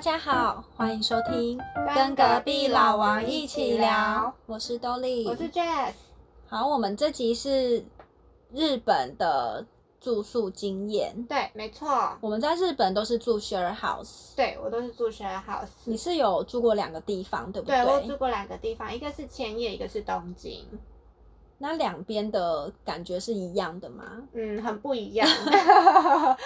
家好，欢迎收听跟隔壁老王一起聊，我是 Dolly，我是 Jess，好，我们这集是日本的住宿经验。对，没错，我们在日本都是住 share house，对我都是住 share 你 house，是有住过两个地方，对不对我对？住过两个地方，一个是千叶，一个是东京，那两边的感觉是一样的吗？嗯，很不 一样。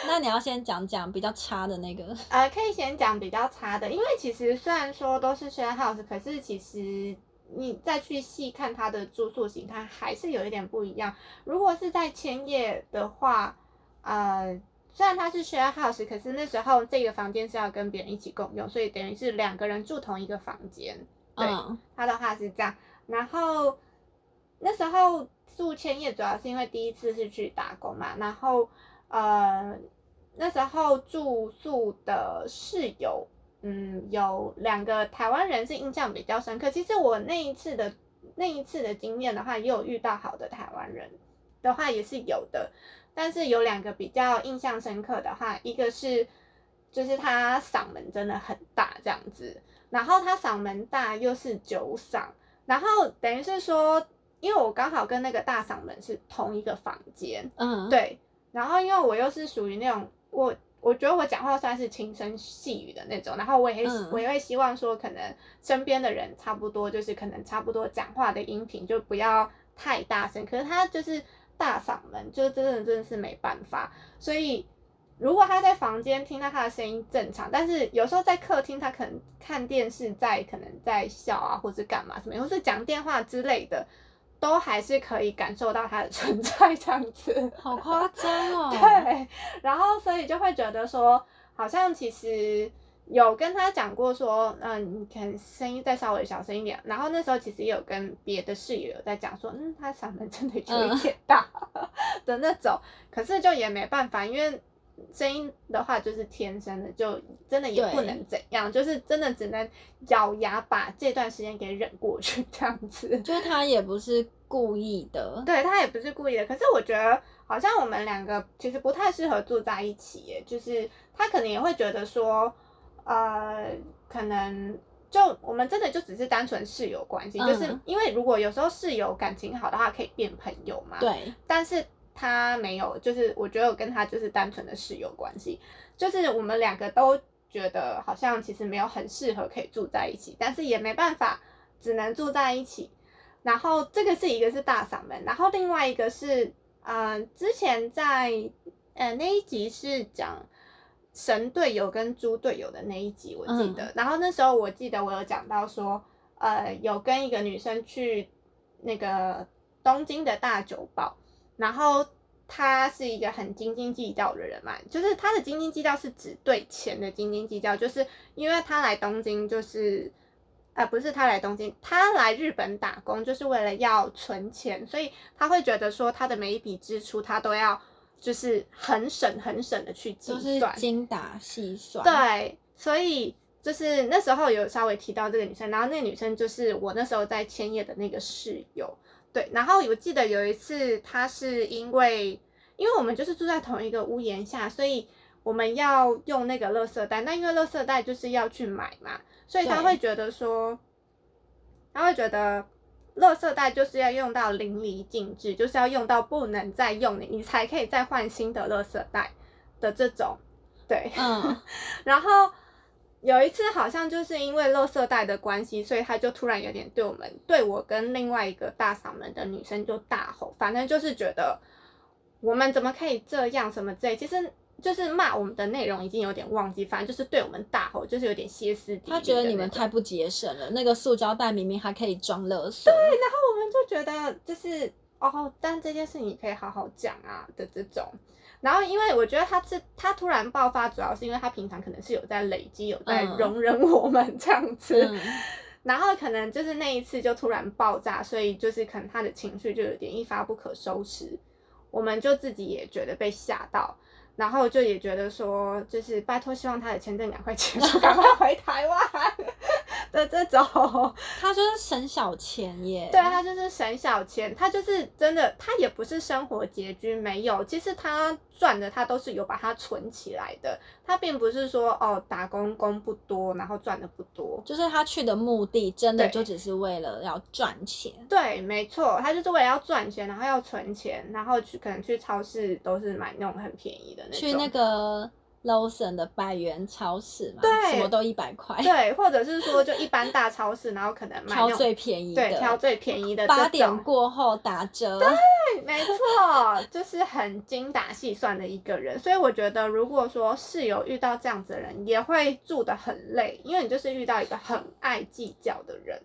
那你要先讲讲比较差的那个，呃，可以先讲比较差的，因为其实虽然说都是 share house，可是其实你再去细看它的住宿形态，还是有一点不一样。如果是在千叶的话，呃，虽然它是 share house，可是那时候这个房间是要跟别人一起共用，所以等于是两个人住同一个房间。 对嗯，他的话是这样。然后那时候宿迁业主要是因为第一次是去打工嘛，然后呃那时候住宿的室友，嗯，有两个台湾人是印象比较深刻。其实我那一次的那一次的经验的话，也有遇到好的台湾人的话也是有的，但是有两个比较印象深刻的话，一个是就是他嗓门真的很大这样子，然后他嗓门大又是酒嗓，然后等于是说，因为我刚好跟那个大嗓门是同一个房间，嗯，，对，然后因为我又是属于那种我。我觉得我讲话算是轻声细语的那种，然后我也会、嗯我也会希望说，可能身边的人差不多就是可能差不多讲话的音频就不要太大声。可是他就是大嗓门，就真的真的是没办法。所以如果他在房间听到他的声音正常，但是有时候在客厅他可能看电视在可能在笑啊，或是干嘛什么，或是讲电话之类的，都还是可以感受到他的存在这样子。好夸张哦，对，然后所以就会觉得说，好像其实有跟他讲过说，嗯，你可能声音再稍微小声一点。然后那时候其实也有跟别的室友有在讲说，嗯，他嗓门真的有嗯一点大 的那种，可是就也没办法，因为。声音的话就是天生的，就真的也不对能怎样，就是真的只能咬牙把这段时间给忍过去这样子。就是他也不是故意的，对他也不是故意的，可是我觉得好像我们两个其实不太适合住在一起耶，就是他可能也会觉得说，呃，可能就我们真的就只是单纯室友关系，就是嗯因为如果有时候室友感情好的话，可以变朋友嘛。对，但是他没有，就是我觉得我跟他就是单纯的室友关系，就是我们两个都觉得好像其实没有很适合可以住在一起，但是也没办法，只能住在一起。然后这个是一个是大嗓门，然后另外一个是，嗯、之前在呃那一集是讲神队友跟猪队友的那一集，我记得。然后那时候我记得我有讲到说，呃，有跟一个女生去那个东京的大酒保，然后他是一个很斤斤计较的人嘛，就是他的斤斤计较是只对钱的斤斤计较，就是因为他来东京就是，呃，不是他来东京，他来日本打工就是为了要存钱，所以他会觉得说他的每一笔支出他都要就是很省很省的去计就算，是精打细算，，对，所以就是那时候有稍微提到这个女生，然后那个女生就是我那时候在千叶的那个室友。对，然后我记得有一次，她是因为因为我们就是住在同一个屋檐下，所以我们要用那个垃圾袋。那因为垃圾袋就是要去买嘛，所以她对会觉得说，她会觉得。垃圾袋就是要用到淋漓尽致，就是要用到不能再用你，你才可以再换新的垃圾袋的这种，对，嗯，然后有一次好像就是因为垃圾袋的关系，所以他就突然有点对我们、对我跟另外一个大嗓门的女生就大吼，反正就是觉得我们怎么可以这样什么之类，其实就是骂我们的内容已经有点忘记，反正就是对我们大吼，就是有点歇斯底里。他觉得你们太。太不节省了，那个塑胶袋明明还可以装垃圾，我们就觉得就是哦，但这件事你可以好好讲啊的这种。然后，因为我觉得他是他突然爆发，主要是因为他平常可能是有在累积，有在嗯容忍我们这样子，嗯然后可能就是那一次就突然爆炸，所以就是可能他的情绪就有点一发不可收拾，我们就自己也觉得被吓到，然后 就也觉得说，就是拜托，希望他的签证赶快结束，赶快回台湾。的这种。他就是省小钱耶。对，他就是省小钱，他就是真的，他也不是生活拮据，没有，其实他赚的他都是有把它存起来的，他并不是说哦打工工不多，然后赚的不多。就是他去的目的真的对就只是为了要赚钱。对，没错，他就是为了要赚钱，然后要存钱，然后去可能去超市都是买那种很便宜的那种。去那个 Lawson 的百元超市嘛，对什么都一百块，对，或者是说就一般大超市，然后可能买那挑种最便宜的，对挑最便宜的八这点种过后打折，对，没错，就是很精打细算的一个人。所以我觉得，如果说室友遇到这样子的人，也会住得很累，因为你就是遇到一个很爱计较的人。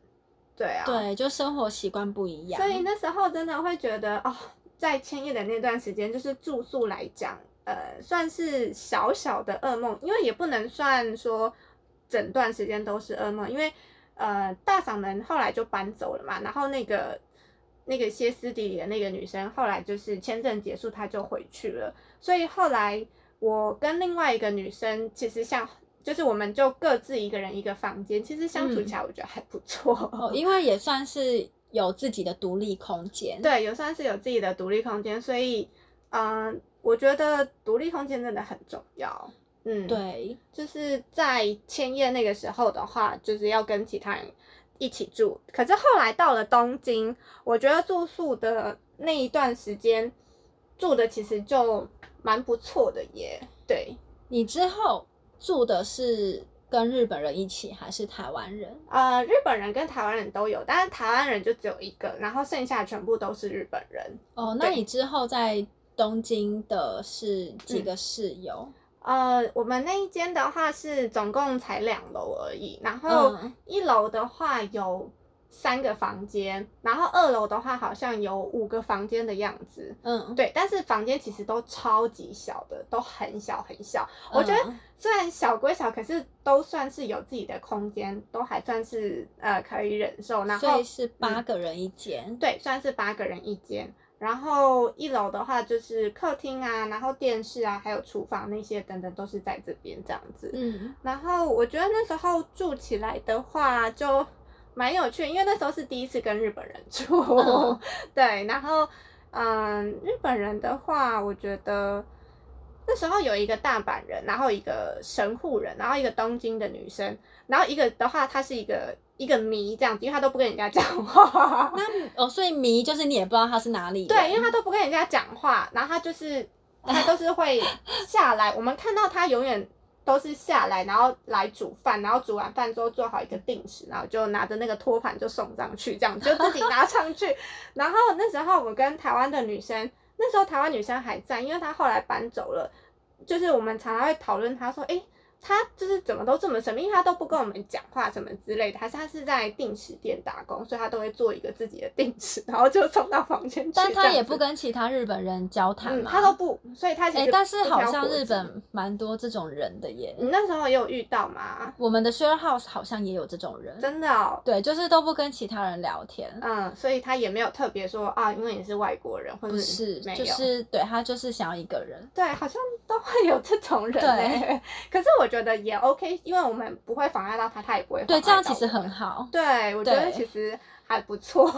对啊，对，就生活习惯不一样，所以那时候真的会觉得哦，在千叶的那段时间，就是住宿来讲，呃，算是小小的噩梦，因为也不能算说整段时间都是噩梦，因为呃，大嗓门后来就搬走了嘛，然后那个那个歇斯底里的那个女生，后来就是签证结束，她就回去了，所以后来我跟另外一个女生，其实像。就是我们就各自一个人一个房间，其实相处嗯起来我觉得还不错。哦，因为也算是有自己的独立空间，，对，有算是有自己的独立空间，所以，嗯、我觉得独立空间真的很重要。嗯，，对，就是在千叶那个时候的话，就是要跟其他人一起住。可是后来到了东京，我觉得住宿的那一段时间住的其实就蛮不错的耶。对，你之后住的是跟日本人一起还是台湾人？呃，日本人跟台湾人都有，但是台湾人就只有一个，然后剩下全部都是日本人。哦，那对你之后在东京的是嗯几个室友？呃，我们那一间的话是总共才两楼而已，然后嗯一楼的话有三个房间，然后二楼的话好像有五个房间的样子。嗯，对，但是房间其实都超级小的，都很小很小。我觉得嗯虽然小归小，可是都算是有自己的空间，都还算是呃可以忍受。然所后嗯以是八个人一间，对，算是八个人一间。然后一楼的话就是客厅啊，然后电视啊，还有厨房那些等等都是在这边这样子。嗯，然后我觉得那时候住起来的话就蛮有趣，因为那时候是第一次跟日本人住，嗯 对。然后嗯，日本人的话，我觉得那时候有一个大阪人，然后一个神户人，然后一个东京的女生，然后一个的话，她是一个一个谜这样子，因为她都不跟人家讲话。哦，所以迷就是你也不知道他是哪里人，对，因为他都不跟人家讲话，然后他就是他都是会下来， 我们看到他永远都是下来，然后来煮饭，然后煮完饭之后做好一个定时，然后就拿着那个托盘就送上去，这样就自己拿上去。 然后那时候我跟台湾的女生，那时候台湾女生还在，因为她后来搬走了，就是我们常常会讨论她说，诶，她就是怎么都这么神秘，因为她都不跟我们讲话什么之类的，还是她是在定时店打工，所以她都会做一个自己的定时，然后就送到房间去。但这他样也子不跟其他日本人交谈嗯，嘛，他都不，所以他其哎、实、但是好像日，本蛮多这种人的耶。你那时候也有遇到吗？我们的 share house 好像也有这种人，真的哦，对，就是都不跟其他人聊天，嗯，所以他也没有特别说啊，因为你是外国人，或者不是，嗯没就有。是对他就是想要一个人，对，好像都会有这种人、欸。可是我觉得也 OK，因为我们不会妨碍到他，他也不会。对，这样其实很。好，对，我觉得对其实还不错。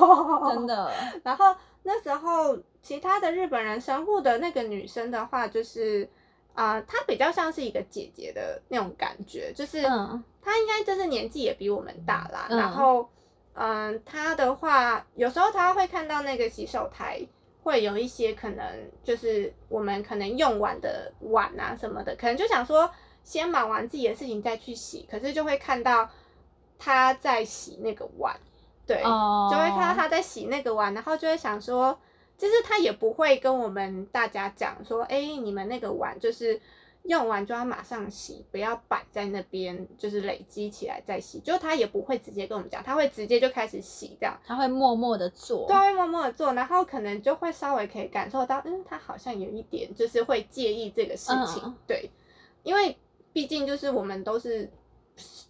真。的， 然后那时候其他的日本人神户的那个女生的话，就是啊、呃她比较像是一个姐姐的那种感觉，就是、嗯她应该就是年纪也比我们大啦。嗯然后，嗯、她的话有时候她会看到那个洗手台。会有一些可能就是我们可能用完的碗啊什么的，可能就想说先忙完自己的事情再去洗，可是就会看到她在洗那个碗，对，哦，就会看到他在洗那个碗，然后就会想说，就是他也不会跟我们大家讲说，哎、你们那个碗就是用完就要马上洗，不要摆在那边，就是累积起来再洗。就他也不会直接跟我们讲，他会直接就开始洗这样，他会默默的做，对，会默默的做，然后可能就会稍微可以感受到，嗯，他好像有一点就是会介意这个事情，嗯对，因为毕竟就是我们都是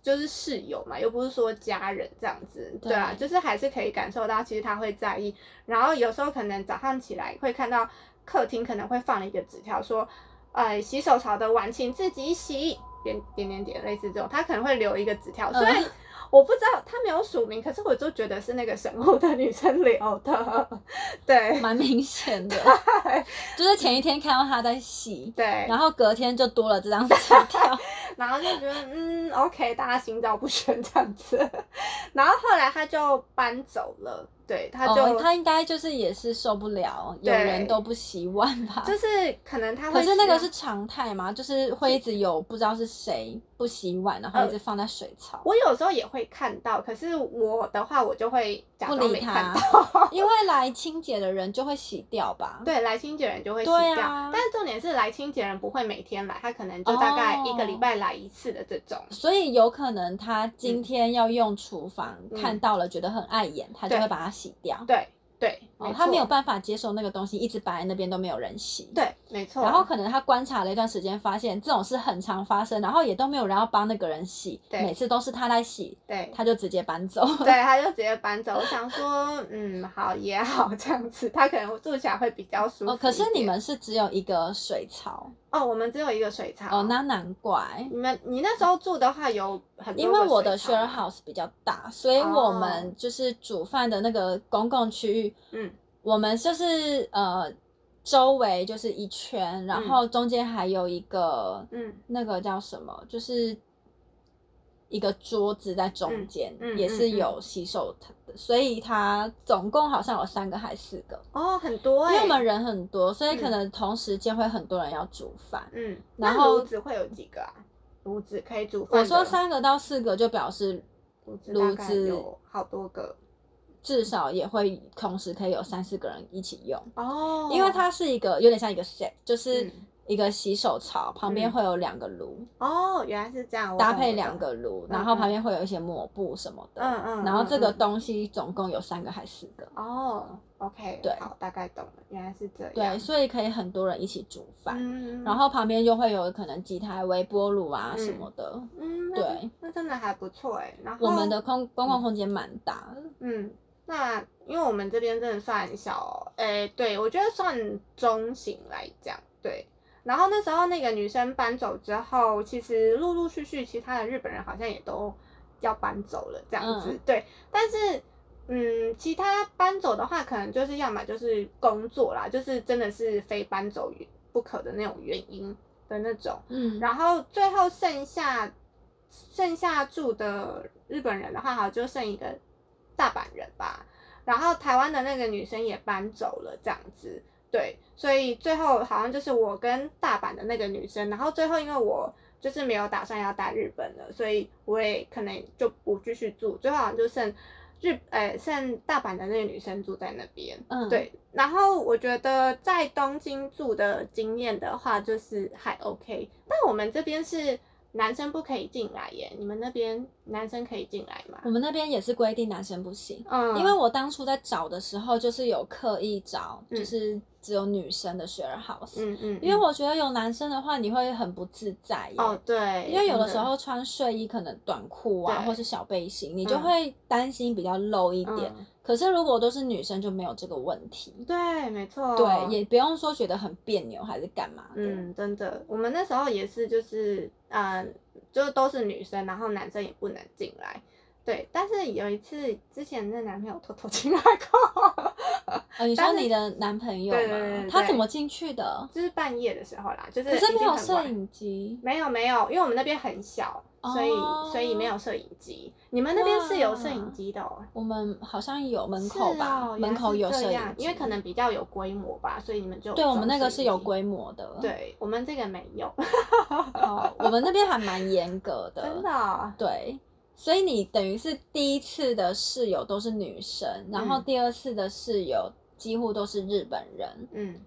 就是室友嘛，又不是说家人这样子，对啊，对就是还是可以感受到其实他会在意，然后有时候可能早上起来会看到客厅可能会放了一个纸条说，呃，洗手槽的碗请自己洗，点点点点，类似这种，他可能会留一个纸条，虽然嗯我不知道他没有署名，可是我就觉得是那个神户的女生留的，对蛮明显的， 就是前一天看到他在洗，对，然后隔天就多了这张纸条，然后就觉得嗯，OK，大家心照不宣这样子。然后后来他就搬走了，对，他就、哦，他应该就是也是受不了，有对人都不洗碗吧？就是可能他会可希是望，那个是常态嘛，就是会一直有不知道是谁不洗碗，然呃后一直放在水槽，我有时候也会看到，可是我的话我就会假不装理没他看到。 因为来清洁的人就会洗掉吧？，对，来清洁人就会洗对掉，啊但是重点是来清洁人不会每天来，他可能就大概一个礼哦拜来一次的这种。所以有可能他今天要用厨房，嗯看到了觉得很碍眼，他就对会把它洗掉。对对，哦，他没有错办法接受那个东西一直摆在那边都没有人洗。。对，没错。然后可能他观察了一段时间，发现这种事很常发生，然后也都没有人要帮那个人洗，对每次都是他在洗，对他就直接搬走。 对，他就直接搬走。我想说，嗯，好也好这样子，他可能住起来会比较舒服一点。哦，可是你们是只有一个水槽哦，我们只有一个水槽。哦，那难怪，你们你那时候住的话有很多因为我个的水槽 share 吗哦 house 比较大，所以我们就是煮饭的那个公共区域，嗯我们就是呃周围就是一圈，然后中间还有一个、嗯那个叫什么，就是一个桌子在中间，嗯嗯也是有洗手台的，所以它总共好像有三个还是四个，哦很多、因欸，为我们人很多，所以可嗯能同时间会很多人要煮饭。嗯，然那后炉子会有几个啊？炉子可以煮饭的。我说三个到四个，就表示炉子炉大概子有好多个至少也会同时可以有三四个人一起用，哦，因为它是一个有点像一个 set，就是嗯一个洗手槽旁边嗯会有两个炉，哦原来是这样，我搭懂配我两懂个炉，嗯然后旁边会有一些抹布什么的，嗯嗯然后嗯这个嗯东西总共有三个还是四个，哦，OK，对好，大概懂了，原来是这样。对，所以可以很多人一起煮饭，嗯，然后旁边又会有可能几台微波炉啊嗯什么的，嗯，那对真，那真的还不错哎。然后我们的空公共空间蛮大的，嗯，那因为我们这边真的算小，哎，对我觉得算中型来讲，对。然后那时候那个女生搬走之后，其实陆陆续续其他的日本人好像也都要搬走了这样子，嗯对。但是嗯，其他搬走的话，可能就是要么就是工作啦，就是真的是非搬走不可的那种原因的那种。嗯，然后最后剩下剩下住的日本人的话，好像就剩一个大阪人吧。然后台湾的那个女生也搬走了，这样子。对，所以最后好像就是我跟大阪的那个女生，然后最后因为我就是没有打算要待日本了，所以我也可能就不继续住，最后好像就剩日呃剩大阪的那个女生住在那边。嗯，对，然后我觉得在东京住的经验的话，就是还 OK。但我们这边是男生不可以进来耶，你们那边男生可以进来吗我？们那边也是规定男生不行。嗯，因为我当初在找的时候，就是有刻意找，嗯就是只有女生的 share house，、嗯嗯，因为嗯我觉得有男生的话，你会很不自在耶。哦对，因为有的真时候穿睡衣，可能短裤啊，对或是小背心，你就嗯会担心比较露一点。嗯可是如果都是女生，就没有这个问题。对，没错，对，也不用说觉得很别扭还是干嘛的。哦嗯，真的，我们那时候也是，就是嗯、就都是女生，然后男生也不能进来。对，但是有一次之前那男朋友偷偷进来过， 呃，你说但是你的男朋友对对对嘛对，他对怎么进去的？就是半夜的时候啦，就是可是已没经有很摄晚影机。没有没有，因为我们那边很小，哦所以、所以没有摄影机。你们那边是有摄影机的哦。我们好像有门是口吧，哦、原门来口是有这摄影样机，因为可能比较有规模吧，所以你们就有对我们装那个摄是影有机，规模的，，对我们这个没有，哦，我们那边还蛮严格的，真的哦、对，所以你等于是第一次的室友都是女生，然后嗯第二次的室友几乎都是日本人，嗯，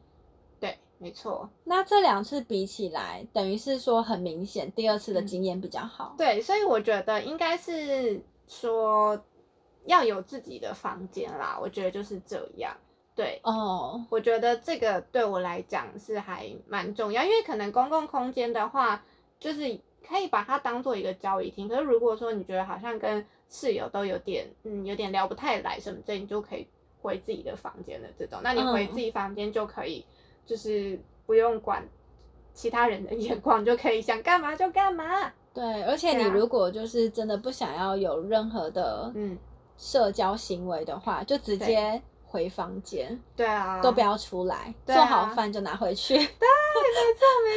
对，没错，那这两次比起来，等于是说很明显，第二次的嗯经验比较好，对，所以我觉得应该是说要有自己的房间啦，我觉得就是这样，对，哦，我觉得这个对我来讲是还蛮重要，因为可能公共空间的话，就是可以把它当做一个交易厅。可是如果说你觉得好像跟室友都有点，嗯，有点聊不太来什么之类，你就可以回自己的房间的这种。那你回嗯自己房间就可以， 就是不用管其他人的眼光，你就可以想干嘛就干嘛。对，而且对你啊如果就是真的不想要有任何的嗯，社交行为的话，就直对接回房间，对啊，都不要出来，对做好啊饭就拿回去。 没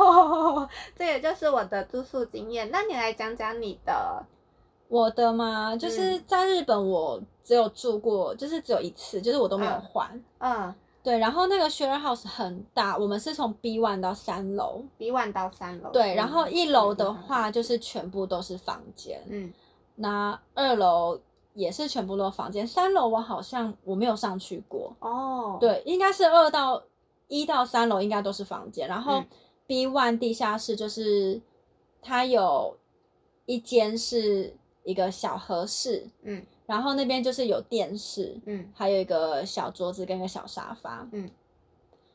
错， 这也就是我的住宿经验。那你来讲讲你的，我的嘛，嗯就是在日本我只有住过，就是只有一次，就是我都没有嗯换。嗯，对，然后那个 share house 很大，我们是从 B one 到三楼，比晚到三楼。对，嗯然后一楼的，话就是全部都是房间，嗯那二楼也是全部都房间，三楼我好像我没有上去过，哦，，对，应该是二到一到三楼应该都是房间，然后嗯 B one 地下室就是它有一间是一个小和室，嗯然后那边就是有电视，嗯还有一个小桌子跟一个小沙发，嗯，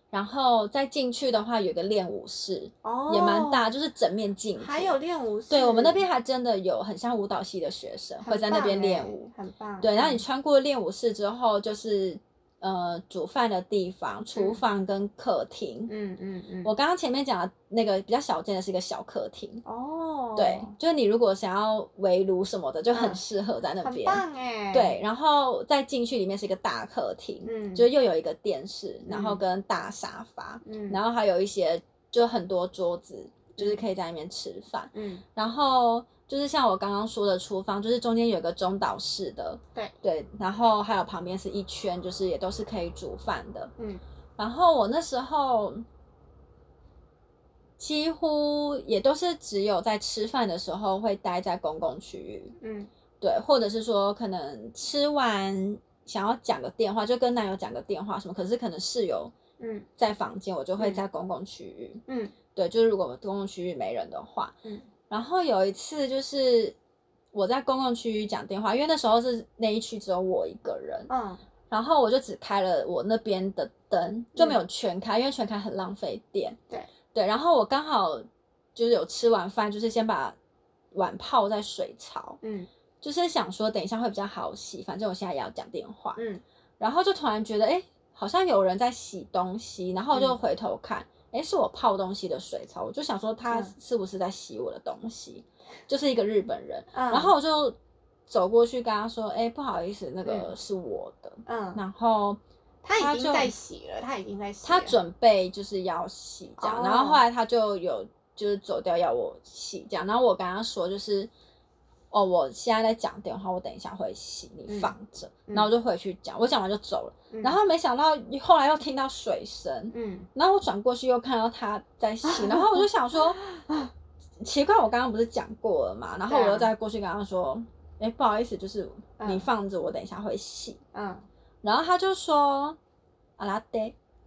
然后再进去的话有一个练舞室，哦，也蛮，大，就是整面镜子，还有练舞室，对我们那边还真的有很像舞蹈系的学生很会在那边棒练欸舞，很棒。对，然后你嗯穿过练舞室之后，就是呃煮饭的地方、厨嗯房跟客厅。嗯嗯嗯，我刚刚前面讲的那个比较小见的是一个小客厅，哦，对，就是你如果想要围炉什么的，就很嗯适合在那很边。棒哎，对，，然后再进去里面是一个大客厅，嗯，就又有一个电视，然后嗯跟大沙发，嗯，然后后还有一些就很多桌子，就是可以在那边吃饭。嗯然后就是像我刚刚说的厨房，就是中间有一个中岛式的，对对，然后还有旁边是一圈，就是也都是可以煮饭的。嗯然后我那时候几乎也都是只有在吃饭的时候会待在公共区域，嗯对，或者是说可能吃完想要讲个电话，就跟男友讲个电话什么，可是可能室友嗯在房间，我就会嗯在公共区域，嗯对，就是如果公共区域没人的话，嗯然后有一次就是我在公共区域讲电话，因为那时候是那一区只有我一个人，嗯然后我就只开了我那边的灯，就没有全开，因为全开很浪费电。对对，然后我刚好就是有吃完饭，就是先把碗泡在水槽，嗯就是想说等一下会比较好洗，反正我现在也要讲电话，嗯然后就突然觉得哎、诶好像有人在洗东西，然后我就嗯回头看。哎，是我泡东西的水槽，我就想说他嗯是不是在洗我的东西？就是一个日本人，嗯，然后我就走过去跟他说：“哎、不好意思，那个嗯是我的。嗯，然后他已就经在洗了，他已经在洗了，他准备就是要洗这样，哦然后后来他就有就是走掉要我洗这样，然后我跟他说就是。哦，我现在在讲电话，我等一下会洗，你嗯放着。嗯然后我就回去讲，我讲完就走了。嗯，然后没想到后来又听到水声，嗯然后我转过去又看到他在洗，然后我就想 说，奇怪，我刚刚不是讲过了嘛？然后对我啊又再过去跟他说，哎、不好意思，就是你嗯放着，我等一下会洗。嗯然后他就说，阿拉德，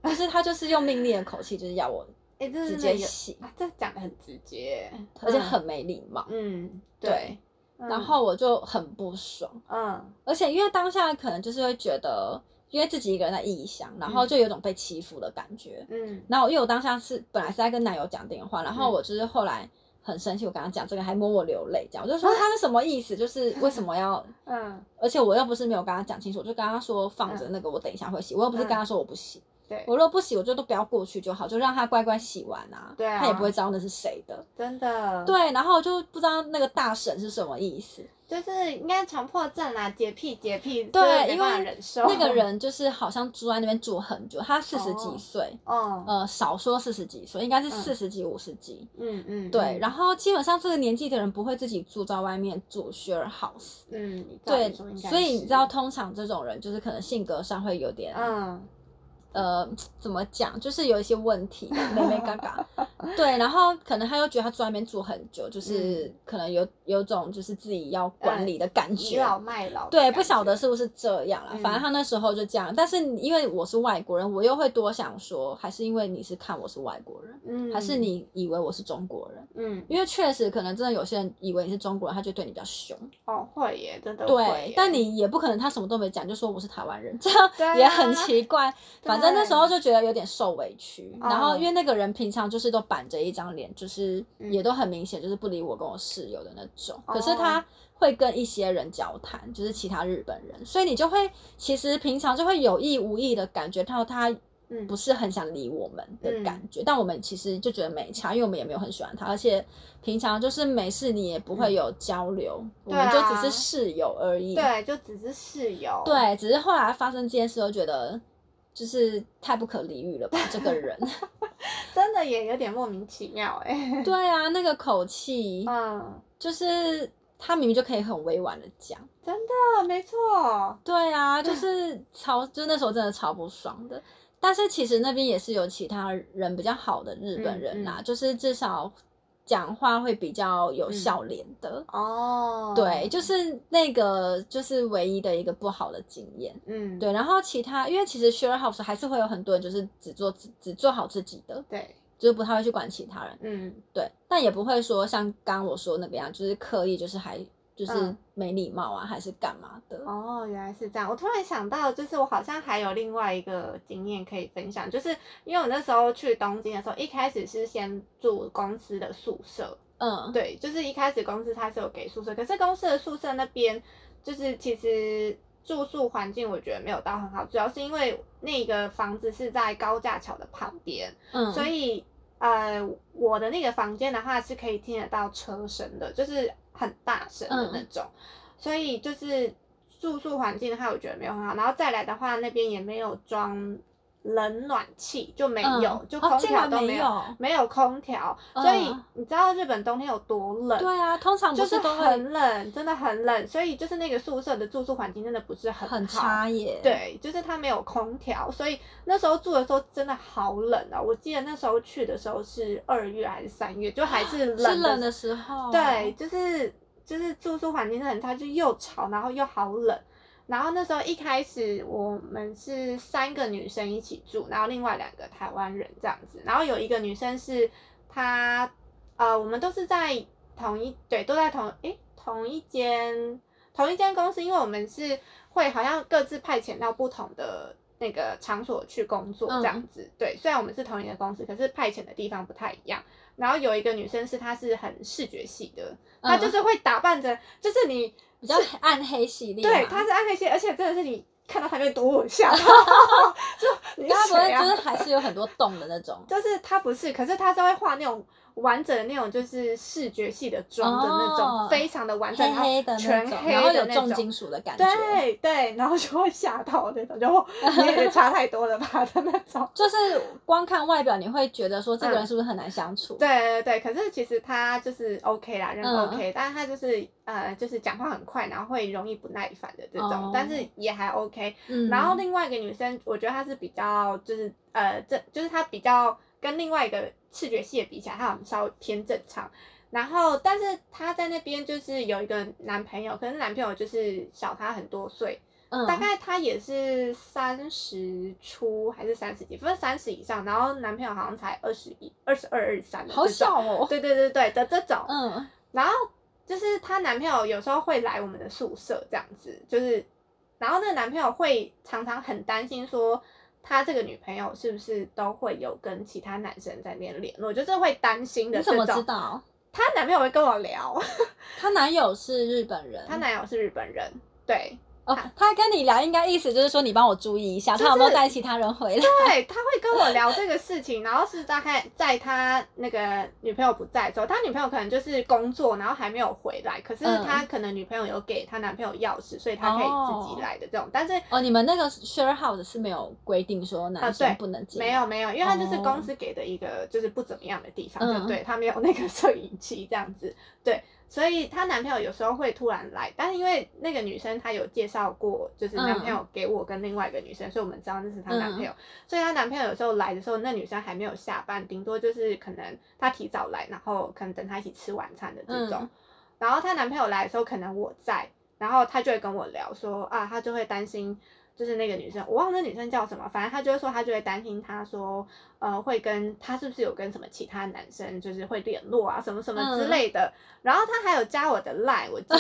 就是他就是用命令的口气，就是要我哎，这直真接的有洗，啊，这讲的很直接，而且嗯很没礼貌。嗯对对，然后我就很不爽，嗯而且因为当下可能就是会觉得，因为自己一个人在异乡，然后嗯就有种被欺负的感觉。嗯然后因为我当下是本来是在跟男友讲电话，然后嗯我就是后来很生气，我跟他讲这个，还摸我流泪，这样我就啊说他是什么意思，就是为什么 要，嗯，而且我又不是没有跟他讲清楚，我就跟他说放着那个，我等一下会洗，我又不是跟他说我不洗，嗯对我，如果不洗，我就都不要过去就好，就让他乖乖洗完啊，对啊他也不会知道那是谁的，真的，，对，然后我就不知道那个大婶是什么意思，就是应该强迫症啦，洁癖洁癖，对真的没因办法为忍受那个，人就是好像住在那边住很久，他四十几哦岁，哦，呃，少说四十几岁，应该是嗯四十几五十几，嗯嗯，对，然后后基本上这个年纪的人不会自己住在外面住 share house，嗯，照理对，说应该所以你是知道，，通常这种人就是可能性格上会有点，嗯呃，怎么讲，就是有一些问题，妹妹嘎 嘎，对，然后可能他又觉得他住外面住很久，就是嗯可能有有种就是自己要管嗯理的感倚觉。老卖老的感对，觉，不晓得是不是这样啦，反正嗯他那时候就这样。但是你因为我是外国人，我又会多想说，还是因为你是看我是外国人，嗯，还是你以为我是中国人？嗯因为确实可能真的有些人以为你是中国人，他就对你比较凶。哦会耶，真的会对耶，但你也不可能他什么都没讲就说我是台湾人，这样对啊也很奇怪。反正那时候对就觉得有点受委屈。哦然后因为那个人平常就是都板着一张脸，就是嗯也都很明显就是不理我跟我室友的那种。哦可是他会跟一些人交谈，就是其他日本人，所以你就会其实平常就会有意无意的感觉到他嗯不是很想理我们的感觉。但我们其实就觉得没差，因为我们也没有很喜欢他，而且平常就是没事你也不会有交流，我嗯对们就只啊是室友而已。对，就只是室友。，对，只是后来发生这件事，我觉得就是太不可理喻了吧，这个 人。真的也有点莫名其妙哎、 欸。对啊，那个口气，嗯，就是他明明就可以很委婉的讲。啊，没错。对啊，就是超，就那时候真的超不爽的。但是其实那边也是有其他人比较好的日嗯本人啦，就是至少讲话会比较有嗯笑脸的。哦，对，就是那个就是唯一的一个不好的经验。嗯，对，然后其他，因为其实 share house 还是会有很多人就是只做自只做好自己的，对，就是不太会去管其他人。嗯对，但也不会说像刚刚我说那个样，就是刻意就是还就是嗯没礼貌啊，还是干嘛的。哦，原来是这样。我突然想到，就是我好像还有另外一个经验可以分享，就是因为我那时候去东京的时候，一开始是先住公司的宿舍，嗯，对，就是一开始公司它是有给宿舍，可是公司的宿舍那边就是其实住宿环境我觉得没有到很好，主要是因为那个房子是在高架桥的旁边，嗯，所以呃我的那个房间的话是可以听得到车声的，就是很大声的那种，嗯所以就是住宿环境的话我觉得没有很好，然后再来的话那边也没有装冷暖气，就没有，嗯就哦空竟调然都没没有。有没有空调，所以嗯你知道日本冬天有多冷？对啊，通常不就是是都会很冷，真的很冷，所以就是那个宿舍的住宿环境真的不是很很好差耶。，对，就是它没有空调，所以那时候住的时候真的好冷啊！我记得那时候去的时候是二月还是三月，就还是冷是冷的的时候。啊对，，就是就是住宿环境真的很差，就又吵，然后又好冷。然后那时候一开始我们是三个女生一起住，然后另外两个台湾人这样子，然后有一个女生是她，呃，我们都是在同一对都在同诶同一间同一间公司，因为我们是会好像各自派遣到不同的那个场所去工作这样子。对，虽然我们是同一个公司，可是派遣的地方不太一样。然后有一个女生是她是很视觉系的，她嗯就是会打扮着，就是你比较暗黑系列嘛。对她是暗黑系，而且真的是你看到她就会躲我 一下，就你该是不会谁就啊？。是还是有很多洞的那种就是她不是，可是她是会画那种完整的那种，就是视觉系的妆的那种，哦非常的完整，黑黑的那然后全种，黑然后的有那重种金属的感觉，对对，然后就会吓到那种，就你也差太多了吧的那种。就是光看外表你会觉得说这个人嗯是不是很难相处？对对对，可是其实他就是 OK 啦，人嗯 OK，、但是他就是呃，就是讲话很快，然后会容易不耐烦的这种，哦但是也还 OK。嗯，然后另外一个女生，我觉得她是比较就是呃，这就是她比较跟另外一个视觉系的比起来，她好像稍微偏正常。然后，但是她在那边就是有一个男朋友，可是男朋友就是小她很多岁，嗯大概她也是三十出还是三十几，反正三十以上，然后男朋友好像才二十一、二十二、二十三，好小哦，对对对对的这种，嗯然后就是她男朋友有时候会来我们的宿舍这样子，就是，然后那个男朋友会常常很担心说，他这个女朋友是不是都会有跟其他男生在那边联络，就是会担心的你这怎么种。知道？她男朋友会跟我聊，她男友是日本人，她男友是日本人，对，哦，他跟你聊，应该意思就是说你帮我注意一下，就他有没有是带其他人回来？对，他会跟我聊这个事情，然后是大概在他那个女朋友不在的时候，他女朋友可能就是工作，然后还没有回来，可是嗯他可能女朋友有给他男朋友钥匙，所以他可以自己来的这种，但是哦，你们那个 share house 是没有规定说男啊生对不能进、没有没有，因为他就是哦公司给的一个就是不怎么样的地方，嗯就对他没有那个摄影机这样子，对，所以她男朋友有时候会突然来，但是因为那个女生她有介绍过，就是男朋嗯友给我跟另外一个女生，所以我们知道那是她男朋友，所以她男朋友有时候来的时候，那女生还没有下班，顶多就是可能她提早来，然后可能等她一起吃晚餐的这种，嗯然后她男朋友来的时候，可能我在，然后她就会跟我聊说啊，她就会担心，就是那个女生，我忘了那女生叫什么，反正她就会说，她就会担心她说，呃，会跟她是不是有跟什么其他男生就是会联络啊，什么什么之嗯类的。然后她还有加我的 line，我记得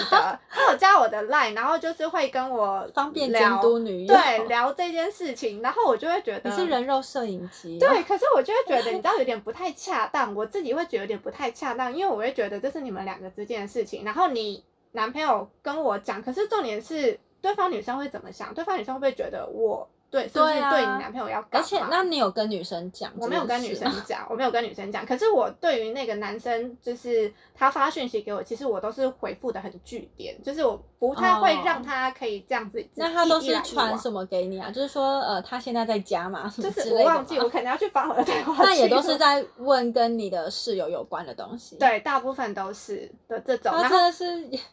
她有加我的 line，然后就是会跟我方便监聊，督女友。对，聊这件事情，然后我就会觉得你是人肉摄影机、哦对，，可是我就会觉得，你知道有点不太恰当，我自己会觉得有点不太恰当，因为我会觉得这是你们两个之间的事情，然后你男朋友跟我讲，可是重点是对方女生会怎么想？对方女生会不会觉得我对，是不是对啊对你男朋友要干而嘛？且，那你有跟女生讲？我没有跟女生，讲，我没有跟女生讲。可是我对于那个男生，就是他发讯息给我，其实我都是回复的很据点，就是我不太会哦让他可以这样子一。那他都一是来一传往什么给你啊？就是说，呃，他现在在家嘛，什就么是之我类的忘记，吗我可能要去翻我的对话记录。那也都是在问跟你的室友有关的东西。，哦对，大部分都是的这种。他然真后的是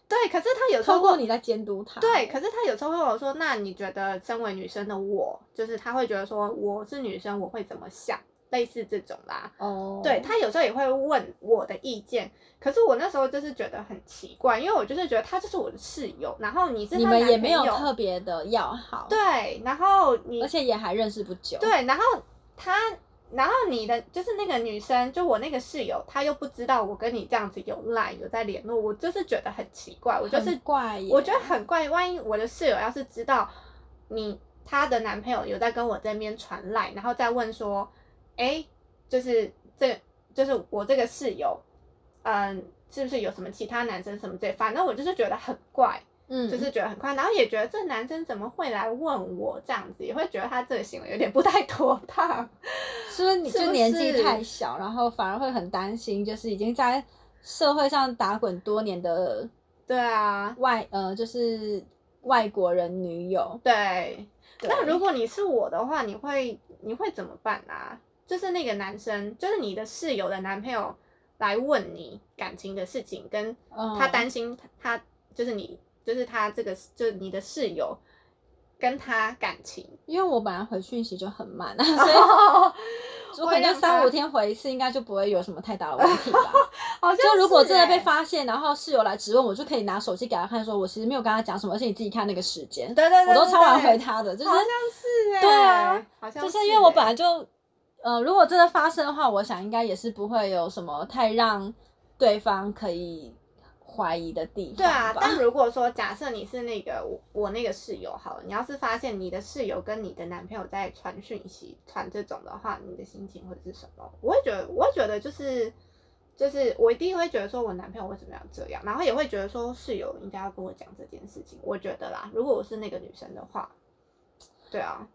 对，可是他有时候透过问你在监督他。对，可是他有时候会问我说：“那你觉得身为女生的我，就是他会觉得说我是女生，我会怎么想？”类似这种啦。哦，对他有时候也会问我的意见，可是我那时候就是觉得很奇怪，因为我就是觉得他就是我的室友，然后你是你他们男也没有朋友特别的要好，，对，然后你而且也还认识不久。，对，然后他，然后你的就是那个女生，就我那个室友，她又不知道我跟你这样子有 line 有在联络，我就是觉得很奇怪，我就是很怪耶我觉得很怪。万一我的室友要是知道你她的男朋友有在跟我这边传 line，然后再问说，哎，就是这就是我这个室友，嗯，是不是有什么其他男生什么之类，反正我就是觉得很怪。嗯，就是觉得很快，然后也觉得这男生怎么会来问我这样子，也会觉得他这个行为有点不太妥当。是不是你是就不年纪是太小，然后反而会很担心，就是已经在社会上打滚多年的对啊，外呃，就是外国人女友。对。那对如果你是我的话，你会你会怎么办啊？就是那个男生，就是你的室友的男朋友来问你感情的事情，跟嗯他担心他就是你就是他这个就是你的室友跟他感 情，因为我本来回讯息就很慢，啊所所以以如果就三五天回一次，应该就不会有什么太大的问 题吧。好像就如果是真的被欸发现，然后室友来质问我，就可以拿手机给他看，说我其实没有跟他讲什么，而且你自己看那个时间，对对对，我都对超晚对回他的，就是好像是哎、对啊，好像就是因为我本欸来就，呃，如果真的发生的话，我想应该也是不会有什么太让对方可以怀疑的地方对啊，吧但如果说假设你是那个我我那个室友好了，你要是发现你的室友跟你的男朋友在传讯息传这种的话，你的心情会是什么？我会觉得，我会觉得就是就是我一定会觉得说我男朋友为什么要这样，然后也会觉得说室友应该要跟我讲这件事情。我觉得啦，如果我是那个女生的话，对啊，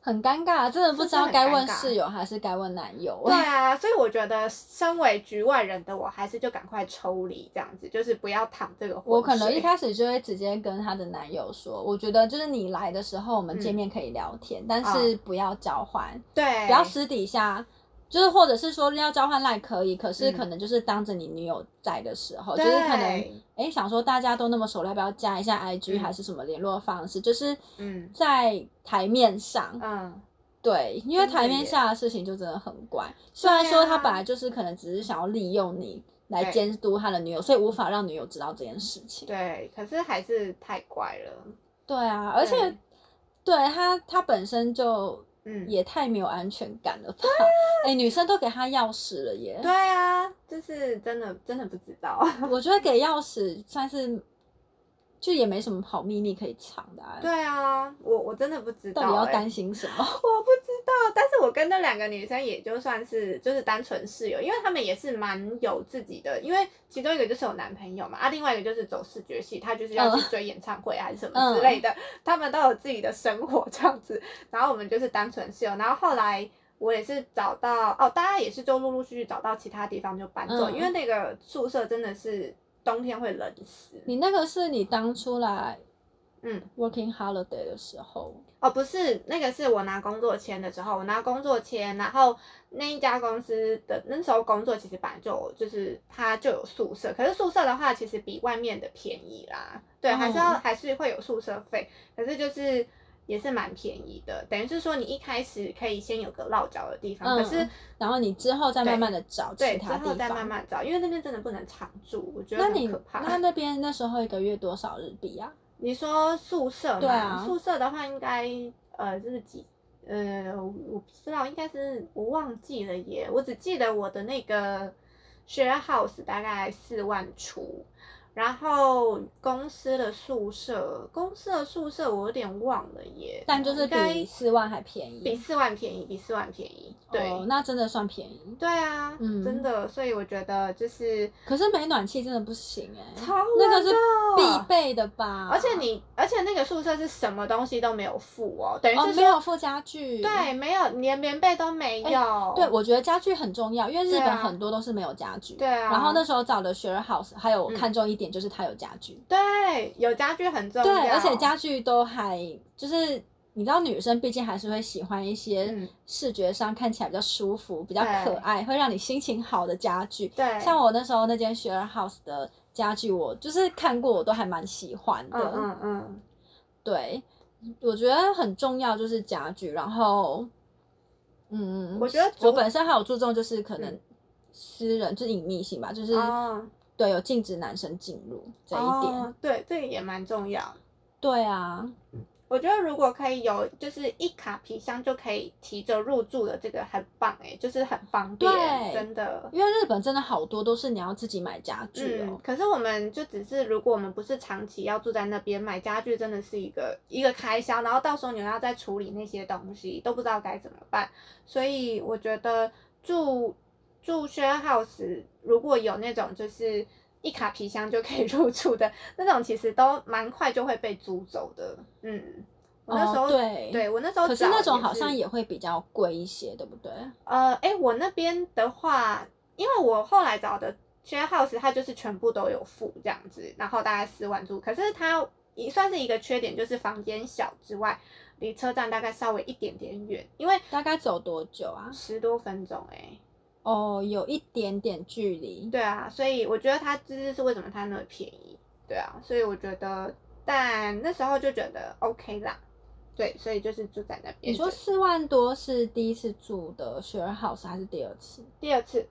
很尴尬，真的不知道是不是该很问尴尬室友还是该问男友。对啊，所以我觉得身为局外人的我，还是就赶快抽离这样子，就是不要淌这个浑 水。我可能一开始就会直接跟她的男友说，我觉得就是你来的时候我们见嗯面可以聊天，但是不要交换，对，不要私底下，就是或者是说要交换赖可以，可是嗯可能就是当着你女友在的时候，就对是可能哎想说大家都那么熟了，要不要加一下 IG 嗯还是什么联络方式？就是嗯在台面上，嗯，对，因为真的台面耶下的事情就真的很怪。虽然说他啊本来就是可能只是想要利用你来对监督他的女友，所以无法让女友知道这件事情。对，可是还是太怪了，对啊，而且对对他他本身就嗯，也太没有安全感了吧？啊哎、女生都给他钥匙了耶对，啊，就是真的真的不知 道，我觉得给钥匙算是就也没什么好秘密可以藏的、啊。，对啊，我我真的不知道、到底要欸担心什么？ 我不知道，但是我跟那两个女生也就算是就是单纯室友，因为她们也是蛮有自己的，因为其中一个就是有男朋友嘛，啊，另外一个就是走视觉系，她就是要去追演唱会啊还是什么之类的，她们都有自己的生活这样子。然后我们就是单纯室友，然后后来我也是找到哦，大家也是就陆陆续续找到其他地方就搬走，嗯因为那个宿舍真的是冬天会冷死。你那个是你当初来嗯， working holiday 的时候，哦，不是，那个是我拿工作签的时候，我拿工作签，然后那一家公司的那时候工作其实本来就有就是它就有宿舍，可是宿舍的话其实比外面的便宜啦，对，还是要哦还是会有宿舍费，可是就是也是蛮便宜的，等于是说你一开始可以先有个落脚的地方，可是嗯然后你之后再慢慢的找对其之他地后方。再慢慢找，因为那边真的不能常住，我觉得那很你可怕。那那边那时候一个月多少日币啊？你说宿舍嘛，对啊宿舍的话应该呃就是几呃我我不知道，应该是我忘记了耶，我只记得我的那个 share house 大概四万出，然后公司的宿舍，公司的宿舍我有点忘了耶，但就是呃应该比四万还便宜。比四万便宜，比四万便宜。对，哦，那真的算便宜。对啊，嗯真的，所以我觉得就是可是没暖气真的不行哎、超冷那个是的必备的吧？而且你，而且那个宿舍是什么东西都没有附哦，等于哦是没说、有附家具，对，没有连棉被都没有。哎对，我觉得家具很重要，因为日对本啊很多都是没有家具。对啊。然后那时候找的 share house，还有我嗯看中一点就是它有家具，对有家具很重哦要，对，而且家具都还就是你知道女生毕竟还是会喜欢一些嗯视觉上看起来比较舒服、比较可对爱，会让你心情好的家具。对像我那时候那间 share house 的家具，我就是看过，我都还蛮喜欢的。嗯嗯嗯，对，我觉得很重要就是家具，然后，嗯，我觉得我主本身还有注重就是可能嗯私人、就是隐秘性吧，就是、哦对有禁止男生进入这一点，哦对，这个也蛮重要。对啊，我觉得如果可以有，就是一卡皮箱就可以提着入住的，这个很棒哎、就是很方便对，真的。因为日本真的好多都是你要自己买家具嗯哦，，可是我们就只是，如果我们不是长期要住在那边，买家具真的是一个一个开销，然后到时候你又要再处理那些东西，都不知道该怎么办。所以我觉得住住 share house，如果有那种就是一卡皮箱就可以 入住的那种，其实都蛮快就会被租走的。嗯，我那时候、哦对对我那时候可是那找种好像是也会比较贵一些，对不对？呃，哎，我那边的话，因为我后来找的 share house，它就是全部都有付这样子，然后大概四万住。可是它也算是一个缺点，就是房间小之外，离车站大概稍微一点点远，因为大概走多久啊？十多分钟哎、哦，有一点点距离。对啊，所以我觉得它这就是为什么它那么便宜。对啊，所以我觉得，但那时候就觉得 OK 啦。对，所以就是住在那边。你说四万多是第一次住的 share house 还是第二次？第二次，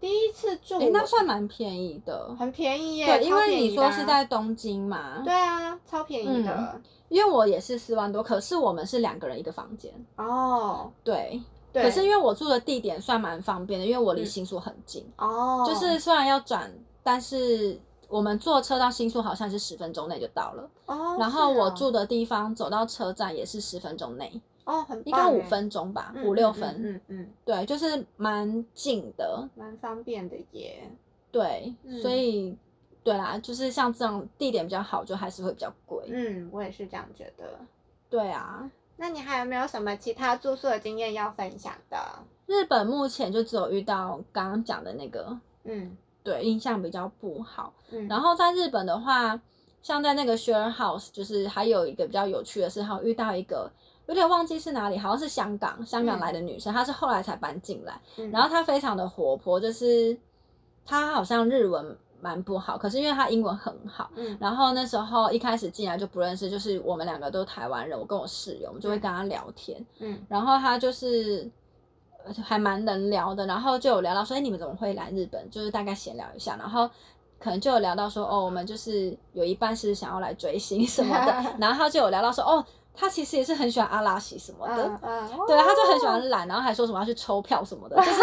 第一次住哎、那算蛮便宜的。很便宜耶，对，因超为便你宜的说是啊在东京嘛，对，啊，超便宜的。因为我也是四万多，可是我们是两个人一个房间，哦，对。对，可是因为我住的地点算蛮方便的，因为我离嗯新宿很近，哦，就是虽然要转，但是我们坐车到新宿好像是十分钟内就到了，哦，然后是我哦住的地方走到车站也是十分钟内，哦，很应该棒五耶，分钟吧，嗯五六嗯分，嗯嗯嗯，对，就是蛮近的，蛮方便的耶。对，嗯所以对啦，就是像这种地点比较好，就还是会比较贵。嗯，我也是这样觉得。对啊，那你还有没有什么其他住宿的经验要分享的？日本目前就只有遇到刚刚讲的那个，嗯对，印象比较不好。嗯，然后在日本的话，像在那个 share house，就是还有一个比较有趣的是，还有遇到一个。有点忘记是哪里，好像是香港，香港嗯来的女生，她是后来才搬进来。嗯然后她非常的活泼，就是她好像日文蛮不好，可是因为她英文很好，嗯然后那时候一开始进来就不认识，就是我们两个都是台湾人，我跟我室友，我们就会跟他聊天。嗯，然后他就是呃还蛮能聊的，然后就有聊到说，哎，你们怎么会来日本？就是大概闲聊一下，然后可能就有聊到说，哦，我们就是有一半是想要来追星什么的然后他就有聊到说，哦，他其实也是很喜欢阿拉西什么的。嗯嗯，对，他就很喜哦欢懒，然后还说什么要去抽票什么的，就是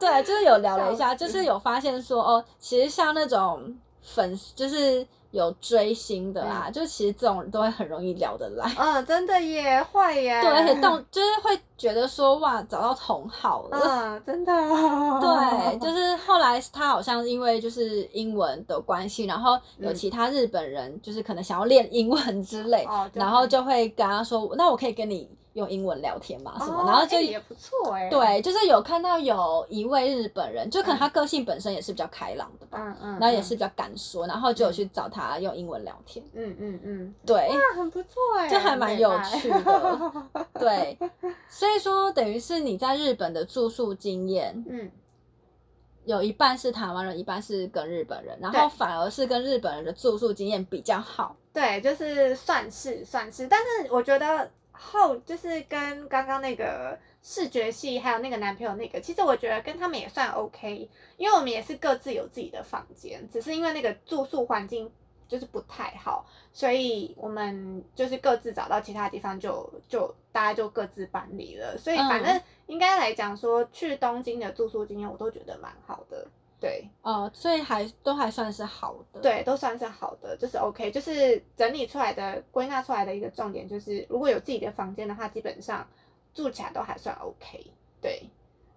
对，就是有聊了一下，笑死就是有发现说哦，其实像那种粉丝，就是有追星的啦，就其实这种都会很容易聊得来，嗯，真的耶，会耶，对，而且动就是会觉得说哇，找到同好了。嗯，真 的，对，就是后来他好像因为就是英文的关系，然后有嗯其他日本人就是可能想要练英文之类，哦然后就会跟他说，那我可以跟你用英文聊天嘛什么，哦然后就、哎也不错哎，，对，就是有看到有一位日本人，就可能他个性本身也是比较开朗的吧，嗯嗯，然后也嗯是比，较敢说，然后就有去找他用英文聊天，嗯嗯嗯，对那很不错哎，这还蛮美有迈趣的 对，所以说等于是你在日本的住宿经验，嗯，有一半是台湾人，一半是跟日本人，然后对反而是跟日本人的住宿经验比较好，对，就是算是算是，但是我觉得后就是跟刚刚那个视觉系还有那个男朋友那个，其实我觉得跟他们也算 OK，因为我们也是各自有自己的房间，只是因为那个住宿环境就是不太好，所以我们就是各自找到其他地方就就大家就各自搬离了，所以反嗯正应该来讲说去东京的住宿经验我都觉得蛮好的，对哦，所以还都还算是好的。，对，都算是好的，就是 OK，就是整理出来的、归纳出来的一个重点就是，如果有自己的房间的话，基本上住起来都还算 OK。对，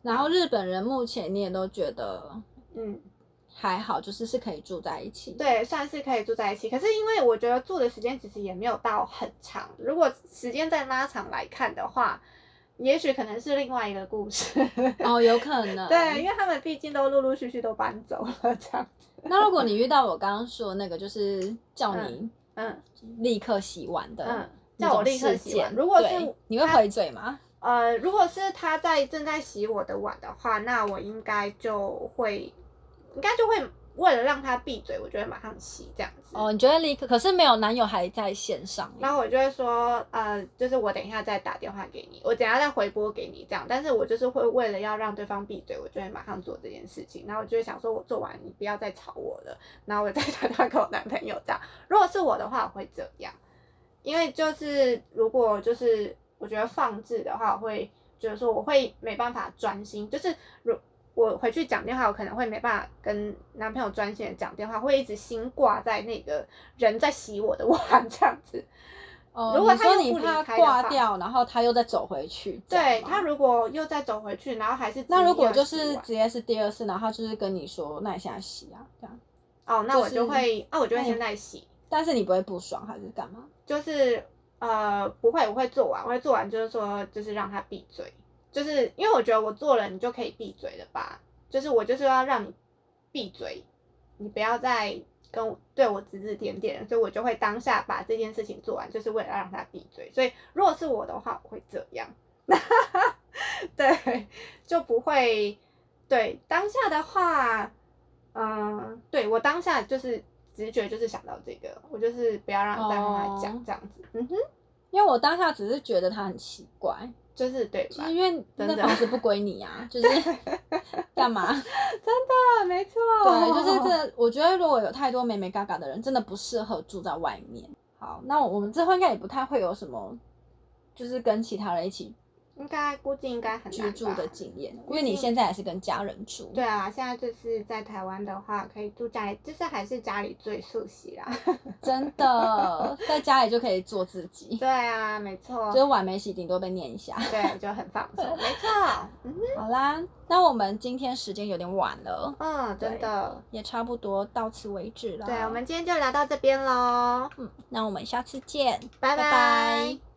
然后日本人目前你也都觉得嗯，还好，就是是可以住在一起。，对，算是可以住在一起。可是因为我觉得住的时间其实也没有到很长，如果时间再拉长来看的话，也许可能是另外一个故事。 哦，有可能。对，因为他们毕竟都陆陆续续都搬走了，这样。那如果你遇到我刚刚说的那个，就是叫你嗯立刻洗碗的嗯，那叫我种立刻事洗碗。件如果对是你会他回嘴吗？呃，如果是他在正在洗我的碗的话，那我应该就会，应该就会为了让他闭嘴，我就会马上洗这样子。哦，你觉得立刻？可是没有男友还在线上耶，然后我就会说，呃，就是我等一下再打电话给你，我等一下再回拨给你这样。但是我就是会为了要让对方闭嘴，我就会马上做这件事情。然后我就会想说，我做完你不要再吵我了，然后我再打电话给我男朋友这样。如果是我的话，我会这样，因为就是如果就是我觉得放置的话，我会觉得说我会没办法专心，就是如。我回去讲电话，我可能会没办法跟男朋友专心的讲电话，会一直心挂在那个人在洗我的 碗这样子。哦，如果你他说又你不离怕开的挂话掉，然后他又再走回去，这对样他吗如果又再走回去，然后还是执那如意果要就洗是碗直接是第二次，然后他就是跟你说，那你现在洗啊，这样，哦，那就哎我就是会，那、我就会那你现在洗，但是你不会不爽还是干嘛？就是呃不会，我会做完，我会做完就是说就是让他闭嘴，就是因为我觉得我做了你就可以闭嘴了吧，就是我就是要让你闭嘴，你不要再跟我对我指指点点，所以我就会当下把这件事情做完，就是为了让他闭嘴。所以如果是我的话，我会这样。 对，就不会对当下的话，嗯、对我当下就是直觉就是想到这个，我就是不要让再让他哦讲这样子，嗯哼，因为我当下只是觉得他很奇怪，就是对就吧是？因为那真的房子不归你啊， 就是干嘛？啊，没错，对，就是真 的，我觉得如果有太多美美嘎嘎的人，真的不适合住在外面。好，那我们之后应该也不太会有什么，就是跟其他人一起应该估计应该很居难住吧的经验，因估为你计现在也是跟家人住。对啊，现在就是在台湾的话，可以住家里，就是还是家里最熟悉啦。 真的，在家里就可以做自己， 对啊，没错就，是碗没洗，顶多被念一下。对，就很放松，没错，嗯哼好啦，那我们今天时间有点晚了，嗯，真的，也差不多到此为止了。对，我们今天就聊到这边喽，嗯，那我们下次见，拜拜拜